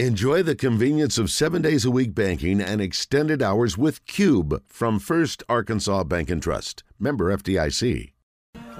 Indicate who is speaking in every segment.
Speaker 1: Enjoy the convenience of seven days a week banking and extended hours with Cube from First Arkansas Bank and Trust. Member FDIC.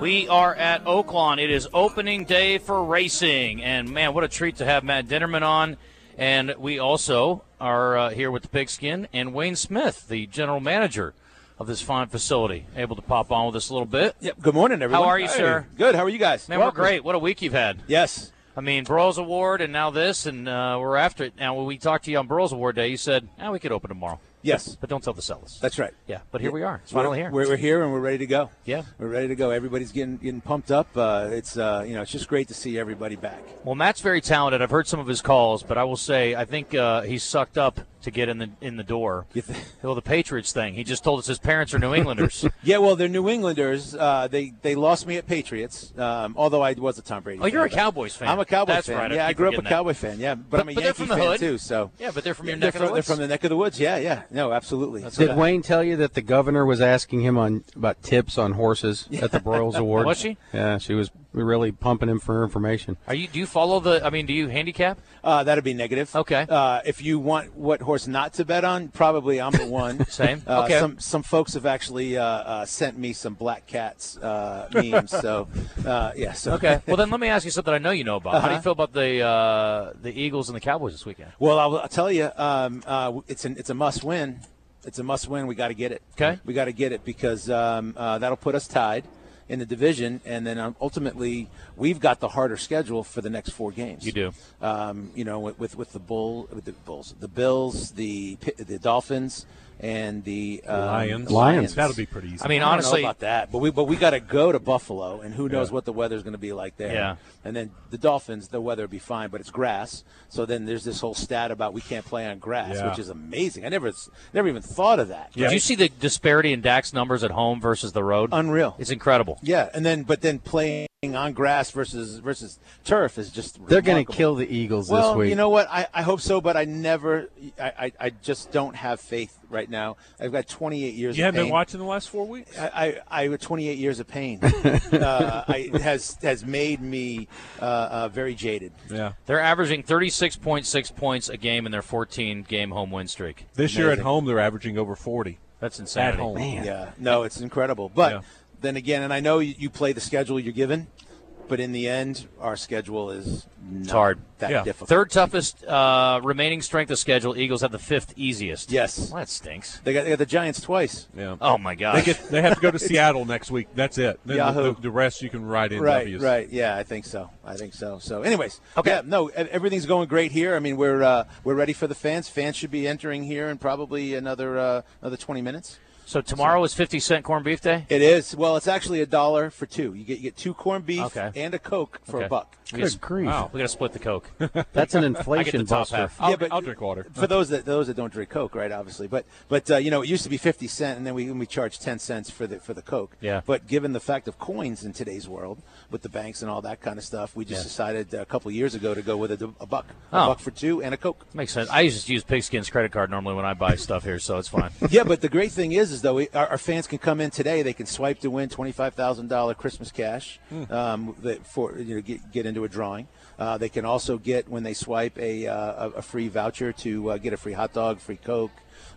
Speaker 2: We are at Oaklawn. It is opening day for racing, and man, what a treat to have Matt Dinnerman on. And we also are uh, here with the Pigskin and Wayne Smith, the general manager of this fine facility, able to pop on with us a little bit.
Speaker 3: Yep. Good morning, everyone.
Speaker 2: are you, sir?
Speaker 3: Good. How are you guys?
Speaker 2: Man,
Speaker 3: Welcome.
Speaker 2: we're great. What a week you've had.
Speaker 3: Yes.
Speaker 2: I mean, Burroughs Award, and now this, and uh, we're after it. Now, when we talked to you on Burroughs Award Day, you said, "Ah, we could open tomorrow."
Speaker 3: Yes.
Speaker 2: but don't tell the sellers.
Speaker 3: That's right.
Speaker 2: yeah, but here we are. It's
Speaker 3: We're-
Speaker 2: finally here.
Speaker 3: We're, we're here and we're ready to go.
Speaker 2: Yeah.
Speaker 3: We're ready to go. Everybody's getting getting pumped up. Uh, it's uh, you know it's just great to see everybody back.
Speaker 2: Well, Matt's very talented. I've heard some of his calls, but I will say I think uh, he's sucked up to get in the in the door.
Speaker 3: You th-
Speaker 2: well, the Patriots thing. He just told us his parents are New Englanders.
Speaker 3: Yeah. Well, they're New Englanders. Uh, they they lost me at Patriots. Um, although I was a Tom Brady.
Speaker 2: oh, you're a
Speaker 3: fan, but-
Speaker 2: Cowboys fan.
Speaker 3: I'm a Cowboys
Speaker 2: That's
Speaker 3: fan.
Speaker 2: Right.
Speaker 3: Yeah, I
Speaker 2: keep
Speaker 3: grew up a
Speaker 2: forgetting that.
Speaker 3: Cowboy fan. Yeah, but, I'm a
Speaker 2: but
Speaker 3: Yankee
Speaker 2: they're from the
Speaker 3: fan
Speaker 2: hood.
Speaker 3: too. So
Speaker 2: Yeah, but they're from your
Speaker 3: they're
Speaker 2: neck of the
Speaker 3: from, they're
Speaker 2: woods.
Speaker 3: from the neck of the woods. Yeah, yeah. No, absolutely.
Speaker 2: what
Speaker 4: Did Wayne tell you that the governor was asking him on about tips on horses at the Broyles Award?
Speaker 2: Was she?
Speaker 4: Yeah, she was really pumping him for information.
Speaker 2: are you? Do you follow the? I mean, do you handicap?
Speaker 3: Uh, that'd be negative.
Speaker 2: Okay.
Speaker 3: Uh, if you want what horse not to bet on, probably I'm the one.
Speaker 2: Same.
Speaker 3: Uh,
Speaker 2: Okay.
Speaker 3: Some some folks have actually uh, uh, sent me some black cats uh, memes. so uh, yeah. So
Speaker 2: Okay. well, then let me ask you something I know you know about.
Speaker 3: Uh-huh.
Speaker 2: How do you feel about the uh, the Eagles and the Cowboys this weekend?
Speaker 3: Well, I'll, I'll tell you, um, uh, it's an it's a must win. It's a must win. We got to get it.
Speaker 2: Okay.
Speaker 3: We got to get it because um, uh, that'll put us tied in the division, and then um, ultimately we've got the harder schedule for the next four games.
Speaker 2: You do.
Speaker 3: Um, you know, with, with with the bull, with the bulls, the Bills, the Pi- the Dolphins, and the um,
Speaker 5: Lions.
Speaker 4: Lions.
Speaker 5: That'll be pretty easy.
Speaker 2: I mean,
Speaker 3: I don't
Speaker 2: honestly,
Speaker 3: know about that, but we but we got to go to Buffalo, and who knows what the weather's going to be like there.
Speaker 2: Yeah.
Speaker 3: And then the Dolphins, the weather will be fine, but it's grass. So then there's this whole stat about we can't play on grass,
Speaker 5: Yeah.
Speaker 3: which is amazing. I never never even thought of that.
Speaker 2: did you see the disparity in Dax numbers at home versus the road?
Speaker 3: Unreal.
Speaker 2: It's incredible.
Speaker 3: yeah, and then but then playing on grass versus versus turf is just
Speaker 4: They're going to
Speaker 3: remarkable.
Speaker 4: kill the Eagles
Speaker 3: Well,
Speaker 4: this week.
Speaker 3: you know what? I, I hope so, but I never, I, I, I just don't have faith right now. I've got 28 years.
Speaker 5: you
Speaker 3: of
Speaker 5: haven't
Speaker 3: pain.
Speaker 5: been watching the last four weeks?
Speaker 3: I, I, I 28 years of pain uh, I, has has made me uh, uh, very jaded.
Speaker 5: Yeah.
Speaker 2: They're averaging 36.6 points a game in their 14 game home win streak.
Speaker 5: This year at
Speaker 3: Amazing.
Speaker 5: home, they're averaging over 40.
Speaker 2: That's insanity.
Speaker 5: At home.
Speaker 4: Man.
Speaker 3: Yeah, no, it's incredible. But
Speaker 5: Yeah.
Speaker 3: then again, and I know you, you play the schedule you're given, but in the end, our schedule is it's
Speaker 2: hard.
Speaker 3: That
Speaker 5: Yeah.
Speaker 3: difficult.
Speaker 2: Third toughest uh, remaining strength of schedule. Eagles have the fifth easiest.
Speaker 3: Yes,
Speaker 2: Well, that stinks.
Speaker 3: they got, they got the Giants twice.
Speaker 5: Yeah.
Speaker 2: Oh, my
Speaker 5: They
Speaker 2: gosh.
Speaker 5: get. They have to go to Seattle next week. That's it. Then the-
Speaker 3: Yahoo.
Speaker 5: The, the rest you can write in.
Speaker 3: Right,
Speaker 5: W's.
Speaker 3: right, yeah, I think so. I think so. So, anyways,
Speaker 2: Okay.
Speaker 3: yeah, no, e- everything's going great here. I mean, we're uh, we're ready for the fans. Fans should be entering here in probably another uh, another 20 minutes.
Speaker 2: so tomorrow is 50 cent corned beef day?
Speaker 3: It is. Well, it's actually a dollar for two. You get you get two corned beef
Speaker 2: Okay.
Speaker 3: and a Coke for
Speaker 2: Okay.
Speaker 3: a buck.
Speaker 2: We gotta-
Speaker 4: grief.
Speaker 5: Wow.
Speaker 2: We got to split the Coke.
Speaker 4: That's
Speaker 2: I get
Speaker 4: an
Speaker 2: the
Speaker 4: inflation
Speaker 2: top
Speaker 4: buster.
Speaker 2: half.
Speaker 5: I'll,
Speaker 3: Yeah, but-
Speaker 5: I'll drink water.
Speaker 3: For those that those that don't drink Coke, right? Obviously, but but uh, you know it used to be fifty cent, and then we we charged ten cents for the for the Coke.
Speaker 2: Yeah.
Speaker 3: But given the fact of coins in today's world, with the banks and all that kind of stuff, we just decided a couple years ago to go with a, a buck,
Speaker 2: Oh.
Speaker 3: a buck for two, and a Coke.
Speaker 2: Makes sense. I just use Pigskin's credit card normally when I buy stuff here, so it's fine.
Speaker 3: yeah, but the great thing is, is though we, our, our fans can come in today. They can swipe to win twenty five thousand dollar Christmas cash um, that for you know get, get into a drawing. Uh, they can also get when they swipe a uh, a, a free voucher to uh, get a free hot dog, free Coke.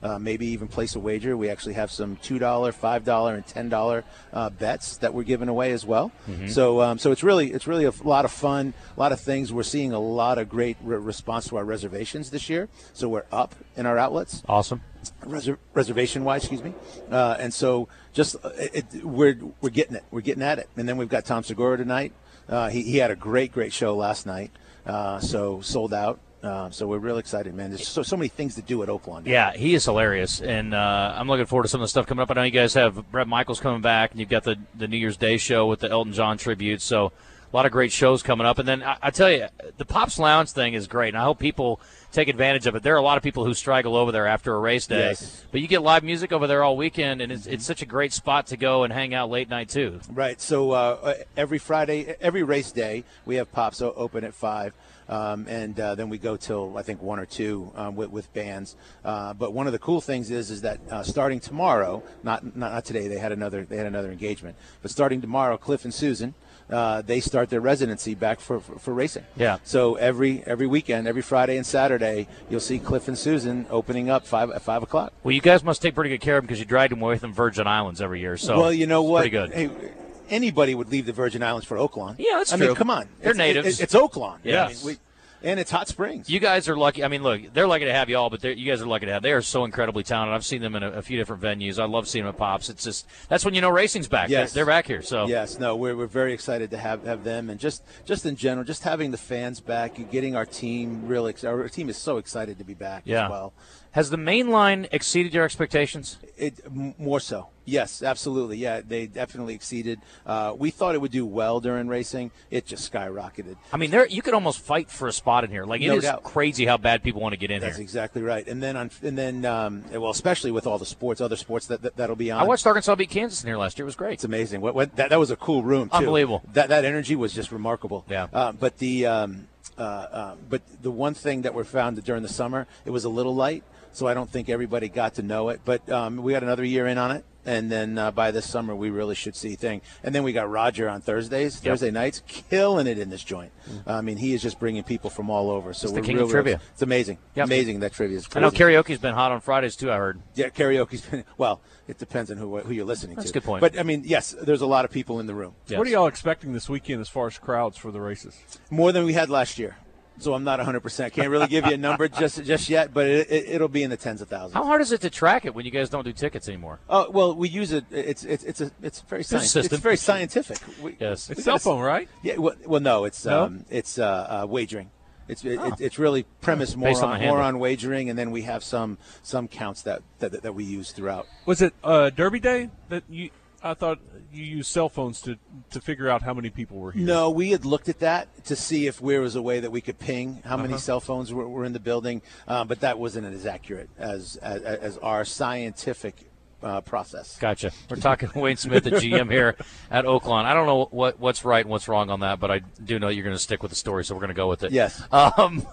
Speaker 3: Uh, maybe even place a wager. We actually have some two dollar, five dollar, and ten dollar uh, bets that we're giving away as well. So, um, so it's really it's really a f- lot of fun, a lot of things. We're seeing a lot of great re- response to our reservations this year. So we're up in our outlets
Speaker 2: awesome.
Speaker 3: reser- reservation wise, excuse me. Uh, and so just uh, it, it- we're we're getting it, we're getting at it. And then we've got Tom Segura tonight. Uh, he, he had a great great show last night, uh, so sold out. Uh, so we're real excited, man. There's so so many things to do at Oakland.
Speaker 2: Yeah, he is hilarious, and uh, I'm looking forward to some of the stuff coming up. I know you guys have Brett Michaels coming back, and you've got the the New Year's Day show with the Elton John tribute. So a lot of great shows coming up. And then I, I tell you, the Pops Lounge thing is great, and I hope people take advantage of it. There are a lot of people who straggle over there after a race day,
Speaker 3: Yes. Mm-hmm.
Speaker 2: but you get live music over there all weekend, and it's, it's such a great spot to go and hang out late night too.
Speaker 3: Right. So uh, every Friday, every race day, we have pops o- open at five, um, and uh, then we go till I think one or two um, with, with bands. Uh, but one of the cool things is is that uh, starting tomorrow, not, not not today, they had another they had another engagement, but starting tomorrow, Cliff and Susan. uh, they start their residency back for, for, for racing.
Speaker 2: Yeah.
Speaker 3: So every every weekend, every Friday and Saturday, you'll see Cliff and Susan opening up five at five o'clock.
Speaker 2: Well, you guys must take pretty good care of him because you dragged him away from Virgin Islands every year. So
Speaker 3: well, you know
Speaker 2: it's
Speaker 3: what?
Speaker 2: Pretty good.
Speaker 3: Hey, anybody would leave the Virgin Islands for Oaklawn.
Speaker 2: Yeah, that's
Speaker 3: I
Speaker 2: true.
Speaker 3: mean, come on,
Speaker 2: They're
Speaker 3: it's,
Speaker 2: natives.
Speaker 3: It, it's Oaklawn. I mean,
Speaker 2: Yes.
Speaker 3: we, and it's hot springs.
Speaker 2: You guys are lucky. I mean, look, they're lucky to have you all, but they're- you guys are lucky to have. They are so incredibly talented. I've seen them in a, a few different venues. I love seeing them at Pops. It's just that's when you know racing's back.
Speaker 3: Yes.
Speaker 2: They're, they're back here. So
Speaker 3: Yes, no, we're, we're very excited to have, have them and just just in general, just having the fans back, and getting our team really. ex- Our team is so excited to be back
Speaker 2: Yeah.
Speaker 3: as well.
Speaker 2: has the main line exceeded your expectations?
Speaker 3: It m- more so. Yes, absolutely. Yeah, they definitely exceeded. Uh, we thought it would do well during racing. It just skyrocketed.
Speaker 2: I mean, there you could almost fight for a spot in here. Like it is
Speaker 3: No doubt.
Speaker 2: crazy how bad people want to get in
Speaker 3: That's
Speaker 2: here.
Speaker 3: exactly right. And then on, and then um, well, especially with all the sports, other sports that, that that'll be on.
Speaker 2: I watched Arkansas beat Kansas in here last year. It was great.
Speaker 3: It's amazing. What, what that, that was a cool room. Too.
Speaker 2: Unbelievable.
Speaker 3: That that energy was just remarkable.
Speaker 2: Yeah.
Speaker 3: Uh, but the um, uh, uh, but the one thing that we found that during the summer it was a little light, so I don't think everybody got to know it. But um, we got another year in on it, and then uh, by this summer we really should see thing. And then we got Roger on Thursdays, Thursday nights, killing it in this joint. I mean, he is just bringing people from all over. So
Speaker 2: Mm. the
Speaker 3: we're
Speaker 2: king of
Speaker 3: really-
Speaker 2: trivia.
Speaker 3: It's amazing.
Speaker 2: Yep.
Speaker 3: Amazing that trivia is.
Speaker 2: I know
Speaker 3: crazy.
Speaker 2: karaoke's been hot on Fridays too. I heard.
Speaker 3: Yeah, karaoke's been well. It depends on who who you're listening
Speaker 2: That's
Speaker 3: to.
Speaker 2: a good point.
Speaker 3: But I mean, yes, there's a lot of people in the room,
Speaker 2: Yes.
Speaker 5: What are y'all expecting this weekend as far as crowds for the races?
Speaker 3: more than we had last year. So I'm not 100. percent Can't really give you a number just just yet, but it, it, it'll be in the tens of thousands.
Speaker 2: How hard is it to track it when you guys don't do tickets anymore?
Speaker 3: Oh well, we use it. It's it's it's a it's very scientific.
Speaker 2: system.
Speaker 3: It's very scientific. We,
Speaker 2: Yes.
Speaker 3: got
Speaker 5: It's cell
Speaker 3: a-
Speaker 5: phone, right?
Speaker 3: Yeah. Well, well no, it's
Speaker 5: No? Oh.
Speaker 3: um, it's uh, uh, wagering. It's it, it, it's really premise more
Speaker 2: Based on
Speaker 3: on,
Speaker 2: the
Speaker 3: more
Speaker 2: handle.
Speaker 3: on wagering, and then we have some some counts that that, that we use throughout.
Speaker 5: Was it uh, Derby Day that you? I thought you used cell phones to to figure out how many people were here.
Speaker 3: No, we had looked at that to see if there was a way that we could ping how
Speaker 2: Uh-huh.
Speaker 3: many cell phones were, were in the building, um, but that wasn't as accurate as as, as our scientific uh, process.
Speaker 2: Gotcha. We're talking to Wayne Smith, the GM here at Oaklawn. I don't know what what's right and what's wrong on that, but I do know you're going to stick with the story, so we're going to go with it.
Speaker 3: Yes.
Speaker 2: Um,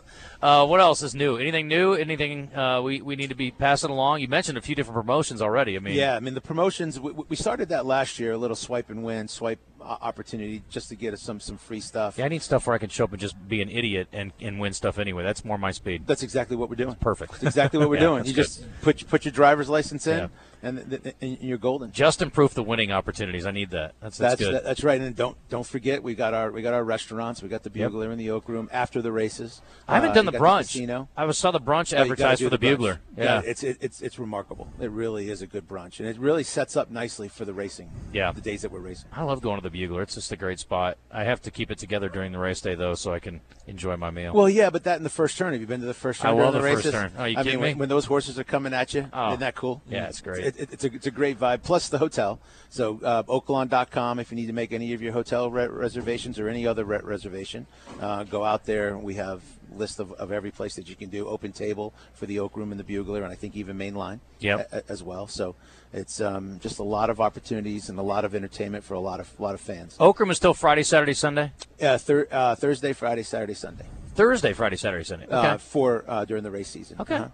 Speaker 2: uh, what else is new? Anything new? Anything uh, we we need to be passing along? You mentioned a few different promotions already. I mean,
Speaker 3: Yeah, I mean the promotions. We, we started that last year, a little swipe and win, swipe uh, opportunity, just to get us some some free stuff.
Speaker 2: Yeah, I need stuff where I can show up and just be an idiot and, and win stuff anyway. That's more my speed.
Speaker 3: That's exactly what we're doing.
Speaker 2: perfect.
Speaker 3: That's exactly what we're
Speaker 2: Yeah,
Speaker 3: doing.
Speaker 2: that's
Speaker 3: You
Speaker 2: good.
Speaker 3: just put put your driver's license in,
Speaker 2: Yeah.
Speaker 3: and, th- th- and you're golden.
Speaker 2: Just improve the winning opportunities. I need that. That's that's, good.
Speaker 3: that- that's right. And don't don't forget, we got our we got our restaurants. We got the Bugler in the Oak Room after the races.
Speaker 2: I haven't
Speaker 3: Uh,
Speaker 2: done
Speaker 3: you
Speaker 2: the
Speaker 3: got
Speaker 2: brunch.
Speaker 3: casino.
Speaker 2: I was saw the brunch
Speaker 3: But you gotta
Speaker 2: advertised
Speaker 3: do
Speaker 2: for the,
Speaker 3: brunch.
Speaker 2: Bugler. Yeah.
Speaker 3: it's it, it's it's remarkable. It really is a good brunch, and it really sets up nicely for the racing.
Speaker 2: Yeah.
Speaker 3: the days that we're racing.
Speaker 2: I love going to the Bugler. It's just a great spot. I have to keep it together during the race day though, so I can enjoy my meal.
Speaker 3: Well, yeah, but that in the first turn. Have you been to the first turn?
Speaker 2: I
Speaker 3: during
Speaker 2: love the first
Speaker 3: races?
Speaker 2: turn. Are you
Speaker 3: I
Speaker 2: kidding
Speaker 3: mean, when-
Speaker 2: me?
Speaker 3: When, those horses are coming at you,
Speaker 2: Oh.
Speaker 3: isn't that cool?
Speaker 2: Yeah, it's great.
Speaker 3: It, it- it's, a, it's a great vibe. Plus the hotel. So uh, Oaklawn.com. If you need to make any of your hotel re- reservations or any other re- reservation, uh, go out there. We have list of, of every place that you can do. Open table for the Oak Room and the Bugler, and I think even Mainline.
Speaker 2: Yep.
Speaker 3: a- a- as well. So it's um, just a lot of opportunities and a lot of entertainment for a lot of lot of fans.
Speaker 2: Okram is still Friday, Saturday, Sunday.
Speaker 3: Uh, thir- uh, Thursday, Friday, Saturday, Sunday.
Speaker 2: Thursday, Friday, Saturday, Sunday. Okay.
Speaker 3: uh, for uh, during the race season.
Speaker 2: okay.
Speaker 3: Uh-huh.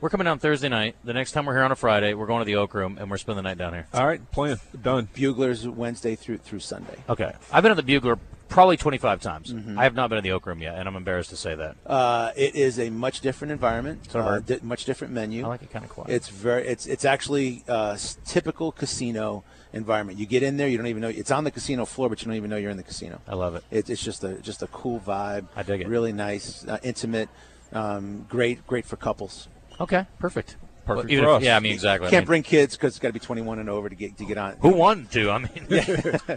Speaker 2: We're coming down Thursday night. The next time we're here on a Friday, we're going to the Oak Room and we're spending the night down here.
Speaker 3: Uh,
Speaker 5: All right, plan done.
Speaker 3: Buglers Wednesday through through Sunday.
Speaker 2: Okay. I've been at the Bugler probably 25 times. I have not been at the Oak Room yet, and I'm embarrassed to say that.
Speaker 3: Mm-hmm. Uh, it is a much different environment,
Speaker 2: I've
Speaker 3: uh,
Speaker 2: heard.
Speaker 3: di- much different menu.
Speaker 2: I like it kind of quiet.
Speaker 3: It's very it's it's actually uh, s- typical casino environment. You get in there, you don't even know it's on the casino floor, but you don't even know you're in the casino.
Speaker 2: I love it.
Speaker 3: It, it's just a just a cool vibe.
Speaker 2: I dig it.
Speaker 3: Really nice, uh, intimate, um, great great for couples.
Speaker 2: Okay, perfect. Perfect.
Speaker 5: for us.
Speaker 2: Yeah, I mean exactly. I
Speaker 3: Can't
Speaker 2: mean,
Speaker 3: bring kids because it's got to be 21 and over to get to get on.
Speaker 2: who wanted to? I mean,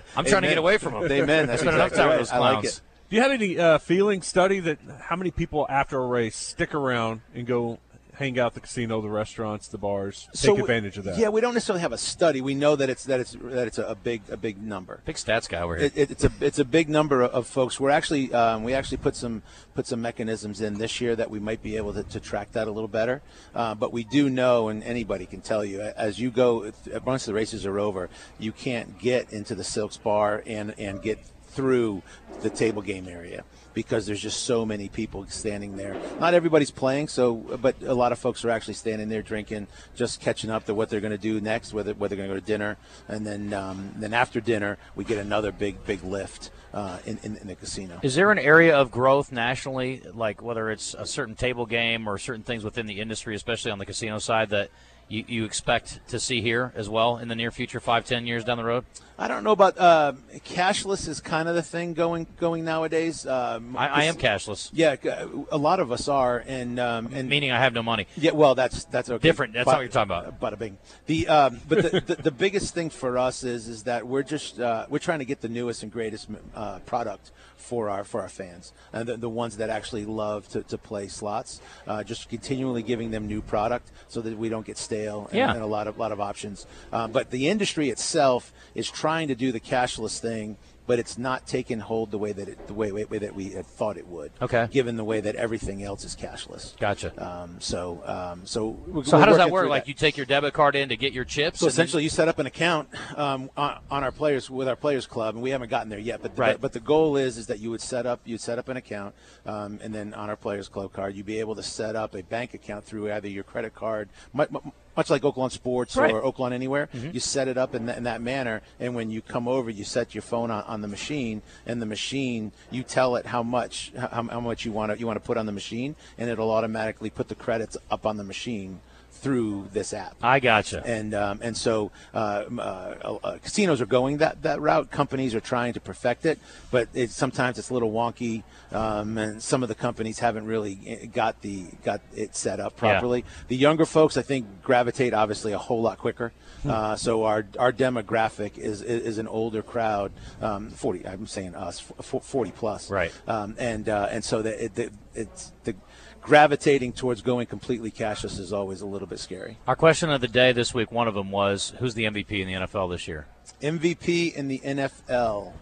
Speaker 2: I'm trying to get away from them.
Speaker 3: Amen. That's
Speaker 2: Spend enough
Speaker 3: exactly
Speaker 2: time
Speaker 3: right.
Speaker 2: with those
Speaker 3: I like
Speaker 2: clowns.
Speaker 3: it.
Speaker 5: Do you have any uh, feeling study that how many people after a race stick around and go hang out at the casino, the restaurants, the bars, take
Speaker 3: we-
Speaker 5: advantage of that?
Speaker 3: Yeah, we don't necessarily have a study. We know that it's that it's that it's a, a big a big number.
Speaker 2: Big stats guy over here.
Speaker 3: It, it, it's a it's a big number of, of folks. We're actually um, we actually put some put some mechanisms in this year that we might be able to, to track that a little better. Uh, but we do know, and anybody can tell you, a- as you go once the races are over, you can't get into the Silks Bar and and get through the table game area. because there's just so many people standing there. Not everybody's playing, so but a lot of folks are actually standing there drinking, just catching up to what they're going to do next, whether whether they're going to go to dinner, and then um, then after dinner we get another big big lift uh, in, in in the casino.
Speaker 2: Is there an area of growth nationally, like whether it's a certain table game or certain things within the industry, especially on the casino side, that you, you expect to see here as well in the near future, five, ten years down the road?
Speaker 3: I don't know about uh, cashless is kind of the thing going going nowadays. Um,
Speaker 2: I, I am cashless,
Speaker 3: Yeah, g- a lot of us are, and um, and
Speaker 2: meaning I have no money.
Speaker 3: Yeah, well, that's that's okay.
Speaker 2: Different. That's
Speaker 3: But-
Speaker 2: not what you're talking about.
Speaker 3: Bada bing. The um, but the, the, the biggest thing for us is is that we're just uh, we're trying to get the newest and greatest uh, product for our for our fans and the, the ones that actually love to, to play slots. Uh, just continually giving them new product so that we don't get stale and,
Speaker 2: Yeah.
Speaker 3: and a lot of lot of options. Um, but the industry itself is trying to do the cashless thing. But it's not taking hold the way that it, the way, way, way that we had thought it would.
Speaker 2: Okay.
Speaker 3: Given the way that everything else is cashless.
Speaker 2: Gotcha.
Speaker 3: Um, so, um, so, we're,
Speaker 2: so
Speaker 3: we're
Speaker 2: how does
Speaker 3: working
Speaker 2: that
Speaker 3: through
Speaker 2: work? Like you take your debit card in to get your chips.
Speaker 3: so
Speaker 2: and then-
Speaker 3: essentially, you set up an account um, on, on our players with our players club, and we haven't gotten there yet. But the,
Speaker 2: Right.
Speaker 3: but the goal is is that you would set up you would set up an account, um, and then on our players club card, you'd be able to set up a bank account through either your credit card, mu- mu- much like Oakland Sports
Speaker 2: Right. Mm-hmm.
Speaker 3: or Oakland Anywhere. You set it up in, that in that manner, and when you come over, you set your phone on, on the machine, and the machine you tell it how much how, how much you want to you want to put on the machine, and it'll automatically put the credits up on the machine through this app
Speaker 2: I gotcha.
Speaker 3: and um, and so uh, m- uh, uh, casinos are going that, that route. Companies are trying to perfect it, but it's sometimes it's a little wonky, um, and some of the companies haven't really eh, got the got it set up properly. The younger folks, I think, gravitate obviously a whole lot quicker. Uh, so our our demographic is is, is an older crowd, um, forty. I'm saying us, f- f- forty plus.
Speaker 2: Right.
Speaker 3: Um, and uh, and so that it, it, it's the gravitating towards going completely cashless is always a little bit scary.
Speaker 2: Our question of the day this week, one of them was, who's the MVP in the NFL this year?
Speaker 3: MVP in the NFL.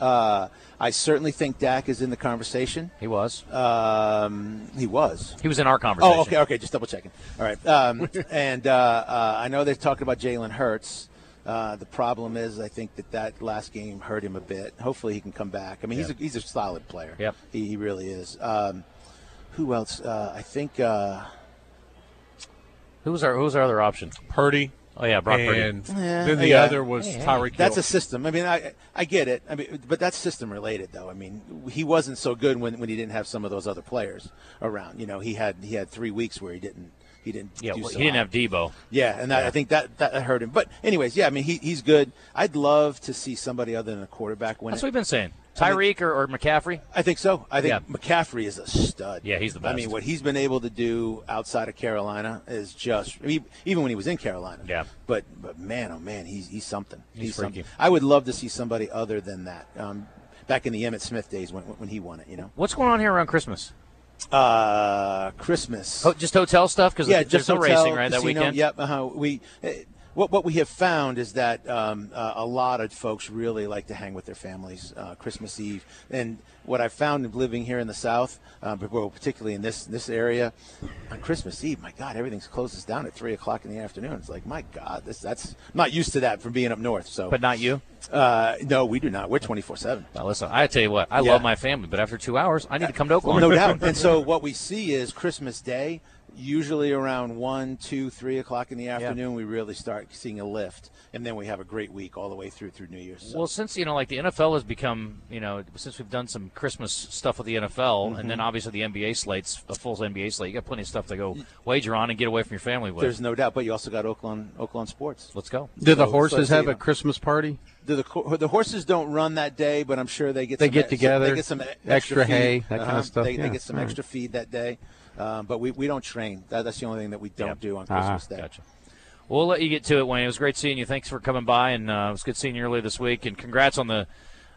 Speaker 3: Uh, I certainly think Dak is in the conversation.
Speaker 2: He was.
Speaker 3: Um, he was.
Speaker 2: he was in our conversation.
Speaker 3: Uh, Oh, okay, okay. Just double checking. All right. Um, and uh, uh, I know they're talking about Jalen Hurts. Uh, the problem is, I think that that last game hurt him a bit. Hopefully, he can come back. I mean, he's a, he's a solid player.
Speaker 2: Yep.
Speaker 3: He, he really is. Um, who else? Uh, I think. Uh,
Speaker 2: Who was our Who was our other option?
Speaker 5: Purdy.
Speaker 2: Oh yeah, Brock Purdy.
Speaker 5: and then the
Speaker 3: Yeah.
Speaker 5: other was Tyreek
Speaker 3: That's
Speaker 5: Hill.
Speaker 3: a system. I mean, I I get it. I mean, but that's system related, though. I mean, he wasn't so good when, when he didn't have some of those other players around. You know, he had he had three weeks where he didn't he didn't
Speaker 2: Yeah,
Speaker 3: do
Speaker 2: well,
Speaker 3: so
Speaker 2: he didn't
Speaker 3: hot.
Speaker 2: have Debo.
Speaker 3: Yeah, and that, I think that that hurt him. But anyways, yeah, I mean, he, he's good. I'd love to see somebody other than a quarterback win
Speaker 2: That's
Speaker 3: it.
Speaker 2: what we've been saying. Tyreek or, or McCaffrey?
Speaker 3: I think so. I think
Speaker 2: Yeah.
Speaker 3: McCaffrey is a stud.
Speaker 2: Yeah, he's the best.
Speaker 3: I mean, what he's been able to do outside of Carolina is just I mean, even when he was in Carolina.
Speaker 2: Yeah.
Speaker 3: But but man, oh man, he's he's something.
Speaker 2: freaky.
Speaker 3: He's, something. I would love to see somebody other than that. Um, back in the Emmett Smith days when when he won it, you know.
Speaker 2: What's going on here around Christmas?
Speaker 3: Uh, Christmas.
Speaker 2: Ho- just hotel stuff because
Speaker 3: yeah,
Speaker 2: there's
Speaker 3: just
Speaker 2: no
Speaker 3: hotel,
Speaker 2: racing right that
Speaker 3: casino,
Speaker 2: weekend.
Speaker 3: Yep. Uh-huh. We. eh, what, what we have found is that um, uh, a lot of folks really like to hang with their families uh, Christmas Eve, and what I found in living here in the South, uh, but- well, particularly in this this area, on Christmas Eve, my God, everything's closes down at three o'clock in the afternoon. It's like my God, this that's I'm not used to that from being up north. So,
Speaker 2: But not you.
Speaker 3: uh, no, we do not. We're twenty four seven.
Speaker 2: Now listen, I tell you what, I
Speaker 3: Yeah.
Speaker 2: love my family, but after two hours, I need to come to Oakland.
Speaker 3: No doubt. And so what we see is Christmas Day, usually around one, two, three o'clock in the afternoon, we really start seeing a lift, and then we have a great week all the way through through New Year's. So-
Speaker 2: Well, since you know, like the NFL has become, you know, since we've done some Christmas stuff with the NFL,
Speaker 3: Mm-hmm.
Speaker 2: and then obviously the NBA slates, a full NBA slate, you got plenty of stuff to go wager on and get away from your family with.
Speaker 3: there's no doubt, but you also got Oakland Oakland sports.
Speaker 2: Let's go.
Speaker 4: Do the
Speaker 3: So-
Speaker 4: horses
Speaker 3: so,
Speaker 4: have
Speaker 3: you
Speaker 4: a
Speaker 3: know,
Speaker 4: Christmas party?
Speaker 3: do the co- the horses don't run that day, but I'm sure they get
Speaker 4: They
Speaker 3: some
Speaker 4: get
Speaker 3: ex-
Speaker 4: together,
Speaker 3: they get some e-
Speaker 4: extra
Speaker 3: feed.
Speaker 4: hay, that kinda
Speaker 3: Uh-huh.
Speaker 4: stuff,
Speaker 3: They, they
Speaker 4: yeah.
Speaker 3: get some
Speaker 4: All right.
Speaker 3: extra feed that day, um, but we, we don't train. That, that's the only thing that we don't do on
Speaker 4: Ah,
Speaker 3: Christmas Day.
Speaker 2: Gotcha. We'll let you get to it, Wayne. It was great seeing you. Thanks for coming by, and uh, it was good seeing you earlier this week. And congrats on the,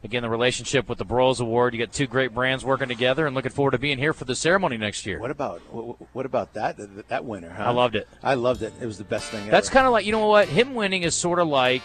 Speaker 2: again, the relationship with the Broyles Award. You got two great brands working together, and looking forward to being here for the ceremony next year.
Speaker 3: What about what, what about that that, that winner? Huh?
Speaker 2: I loved it.
Speaker 3: I loved it. It was the best thing.
Speaker 2: That's
Speaker 3: ever.
Speaker 2: kind of like you know what him winning is sort of like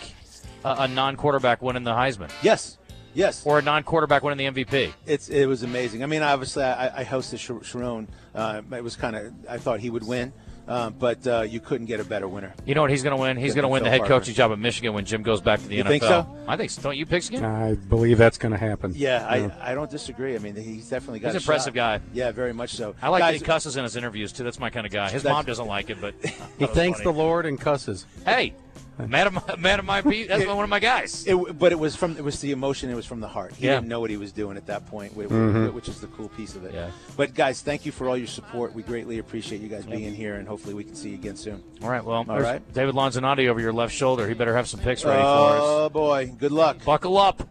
Speaker 2: a, a non-quarterback winning the Heisman
Speaker 3: Yes. Yes.
Speaker 2: or a non-quarterback winning the MVP.
Speaker 3: It's it was amazing. I mean, obviously, I, I hosted Sha- Sharon. Uh, it was kind of I thought he would win. um, but uh, you couldn't get a better winner.
Speaker 2: You know what he's going to win? He's going
Speaker 3: Good
Speaker 2: to
Speaker 3: for
Speaker 2: win the
Speaker 3: Phil
Speaker 2: head
Speaker 3: Parker.
Speaker 2: coaching job at Michigan when Jim goes back to the
Speaker 3: You
Speaker 2: NFL.
Speaker 3: think so?
Speaker 2: I think so. Don't you pick again?
Speaker 4: I believe that's going to happen.
Speaker 3: Yeah, I, I don't disagree. I mean, he's definitely got
Speaker 2: He's
Speaker 3: a
Speaker 2: an impressive guy.
Speaker 3: shot. Yeah, very much so.
Speaker 2: I like that
Speaker 3: Guys,
Speaker 2: he cusses in his interviews too. That's my kind of guy. His
Speaker 3: That's-
Speaker 2: mom doesn't like it, but
Speaker 4: He thanks the Lord and cusses.
Speaker 2: the hey, mad at my, mad at my beat. That's one of my guys.
Speaker 3: It, but it was from it was the emotion. It was from the heart. He
Speaker 2: Yeah.
Speaker 3: didn't know what he was doing at that point, whi- which is the cool piece of it.
Speaker 2: Yeah.
Speaker 3: But guys, thank you for all your support. We greatly appreciate you guys being here, and hopefully we can see you again soon.
Speaker 2: All right, well,
Speaker 3: All
Speaker 2: there's
Speaker 3: right. Uh,
Speaker 2: David Lonzanati over your left shoulder. He better have some picks ready for us.
Speaker 3: Oh boy, good luck.
Speaker 2: Buckle up.